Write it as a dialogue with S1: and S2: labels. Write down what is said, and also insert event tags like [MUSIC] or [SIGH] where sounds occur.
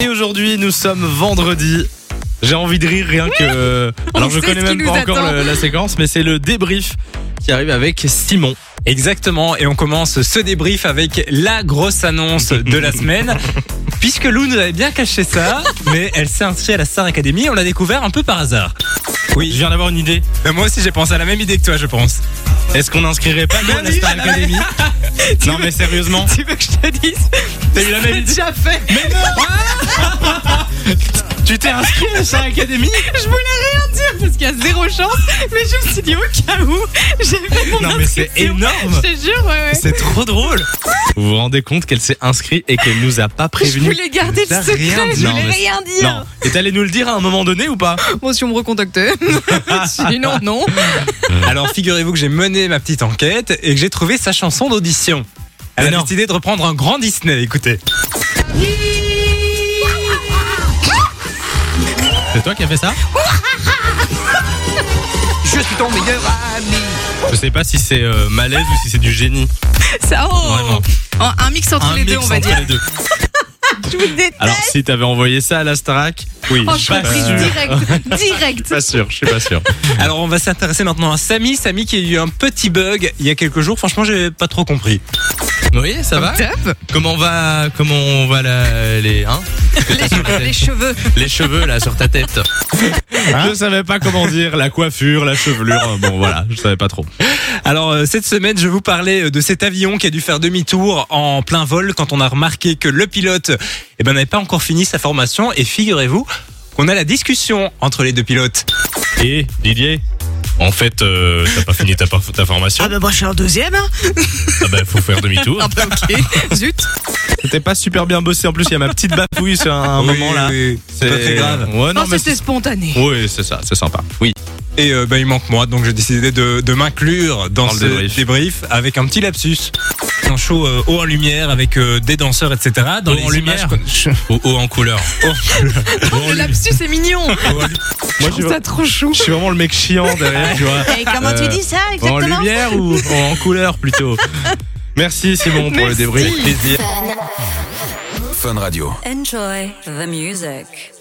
S1: Et aujourd'hui, nous sommes vendredi. J'ai envie de rire rien que. euh,
S2: On
S1: Alors, je
S2: sait
S1: connais
S2: ce qui
S1: même pas
S2: nous
S1: encore
S2: attend.
S1: le- la séquence, mais c'est le débrief qui arrive avec Simon.
S3: Exactement, et on commence ce débrief avec la grosse annonce de la semaine. [LAUGHS] Puisque Lou nous avait bien caché ça, mais elle s'est inscrite à la Star Academy, on l'a découvert un peu par hasard.
S1: Je viens d'avoir une idée.
S3: Mais moi aussi j'ai pensé à la même idée que toi, je pense.
S1: Est-ce qu'on n'inscrirait pas nous, à la
S3: oui,
S1: Star
S3: bah
S1: Academy
S2: [LAUGHS]
S1: Non, mais sérieusement.
S2: Ben Tu veux que je te dise
S1: T'as eu la même idée
S2: déjà fait
S1: Tu t'es inscrit à la Star Academy
S2: [LAUGHS] Je voulais rien dire parce qu'il y a zéro chance, mais je me suis dit au cas où, j'ai fait mon
S1: Non, mais c'est
S2: inscription. Je
S1: énorme
S2: te jure, ouais, ouais.
S1: C'est trop drôle Vous vous rendez compte qu'elle s'est inscrite et qu'elle nous a pas
S2: Je
S1: prévenu
S2: voulais garder le
S1: T'as
S2: secret,
S1: rien dit.
S2: je
S1: Non,
S2: voulais
S1: mais-
S2: rien dire.
S1: Non. Et t'allais nous le dire à un moment donné ou pas
S2: Bon, si on me [LAUGHS] recontactait, je
S1: [LAUGHS]
S2: dis non, non.
S3: Alors figurez-vous que j'ai mené ma petite enquête et que j'ai trouvé sa chanson d'audition.
S1: Mais
S3: Elle a
S1: non.
S3: décidé de reprendre un grand Disney, écoutez.
S1: C'est toi qui as fait
S2: [LAUGHS]
S1: ça
S4: Je suis ton meilleur ami.
S1: Je sais pas si c'est euh, malaise ou si c'est du génie.
S2: Ça, oh
S1: Vraiment.
S2: un, un mix entre
S1: Un
S2: les deux,
S1: mix
S2: on va
S1: entre
S2: dire.
S1: les deux.
S2: Je vous déteste.
S1: Alors si t'avais envoyé ça à la Starac, oui, je
S2: Oh, je
S1: suis
S2: suis
S1: pas
S2: prise
S1: sûr. [LAUGHS]
S2: direct, direct.
S1: Pas sûr, je suis pas sûr.
S3: Alors on va s'intéresser maintenant à Samy, Samy qui a eu un petit bug il y a quelques jours, franchement j'ai pas trop compris.
S1: Oui, ça va.
S2: Top.
S1: Comment on va, comment on va la- les, hein
S2: Les, les cheveux.
S1: les cheveux là sur ta tête Je savais pas comment dire, la coiffure, la chevelure. Bon voilà, je savais pas trop.
S3: Alors euh, cette semaine, je vous parlais euh, de cet avion qui a dû faire demi-tour en plein vol quand on a remarqué que le pilote eh ben, n'avait pas encore fini sa formation et figurez-vous qu'on a la discussion entre les deux pilotes.
S1: Et Didier, en fait, euh, t'as pas fini ta, par- ta formation.
S2: bah moi je suis en deuxième.
S1: Ah bah faut faire demi-tour.
S2: Ah bah
S1: [LAUGHS]
S2: ok, zut.
S1: T'es pas super bien bossé. En plus, il y a ma petite bafouille sur un moment là.
S3: c'est pas très grave.
S1: Ouais, non,
S2: Non,
S1: mais
S2: c'était spontané.
S1: oui, c'est ça, c'est sympa. Oui.
S3: Et euh, ben, il manque moi, donc j'ai décidé de, de m'inclure dans,
S1: Dans le
S3: ce
S1: débrief.
S3: débrief. avec un petit lapsus. Un show euh, haut en lumière avec euh, des danseurs, etc. Dans
S1: Haut
S3: les
S1: en
S3: images
S1: lumière.
S3: qu'on- je-
S1: Ou, ou en couleur. Oh,
S2: Le lapsus
S1: [LAUGHS]
S2: est mignon.
S1: Moi,
S2: Je trouve ça trop chou.
S1: Je suis vraiment le mec chiant derrière, tu vois.
S2: comment
S1: tu Euh, dis
S2: ça
S1: En lumière ou en couleur plutôt Merci Simon pour le
S2: Merci.
S1: débrief. Avec plaisir.
S4: Fun Radio.
S5: Enjoy the music.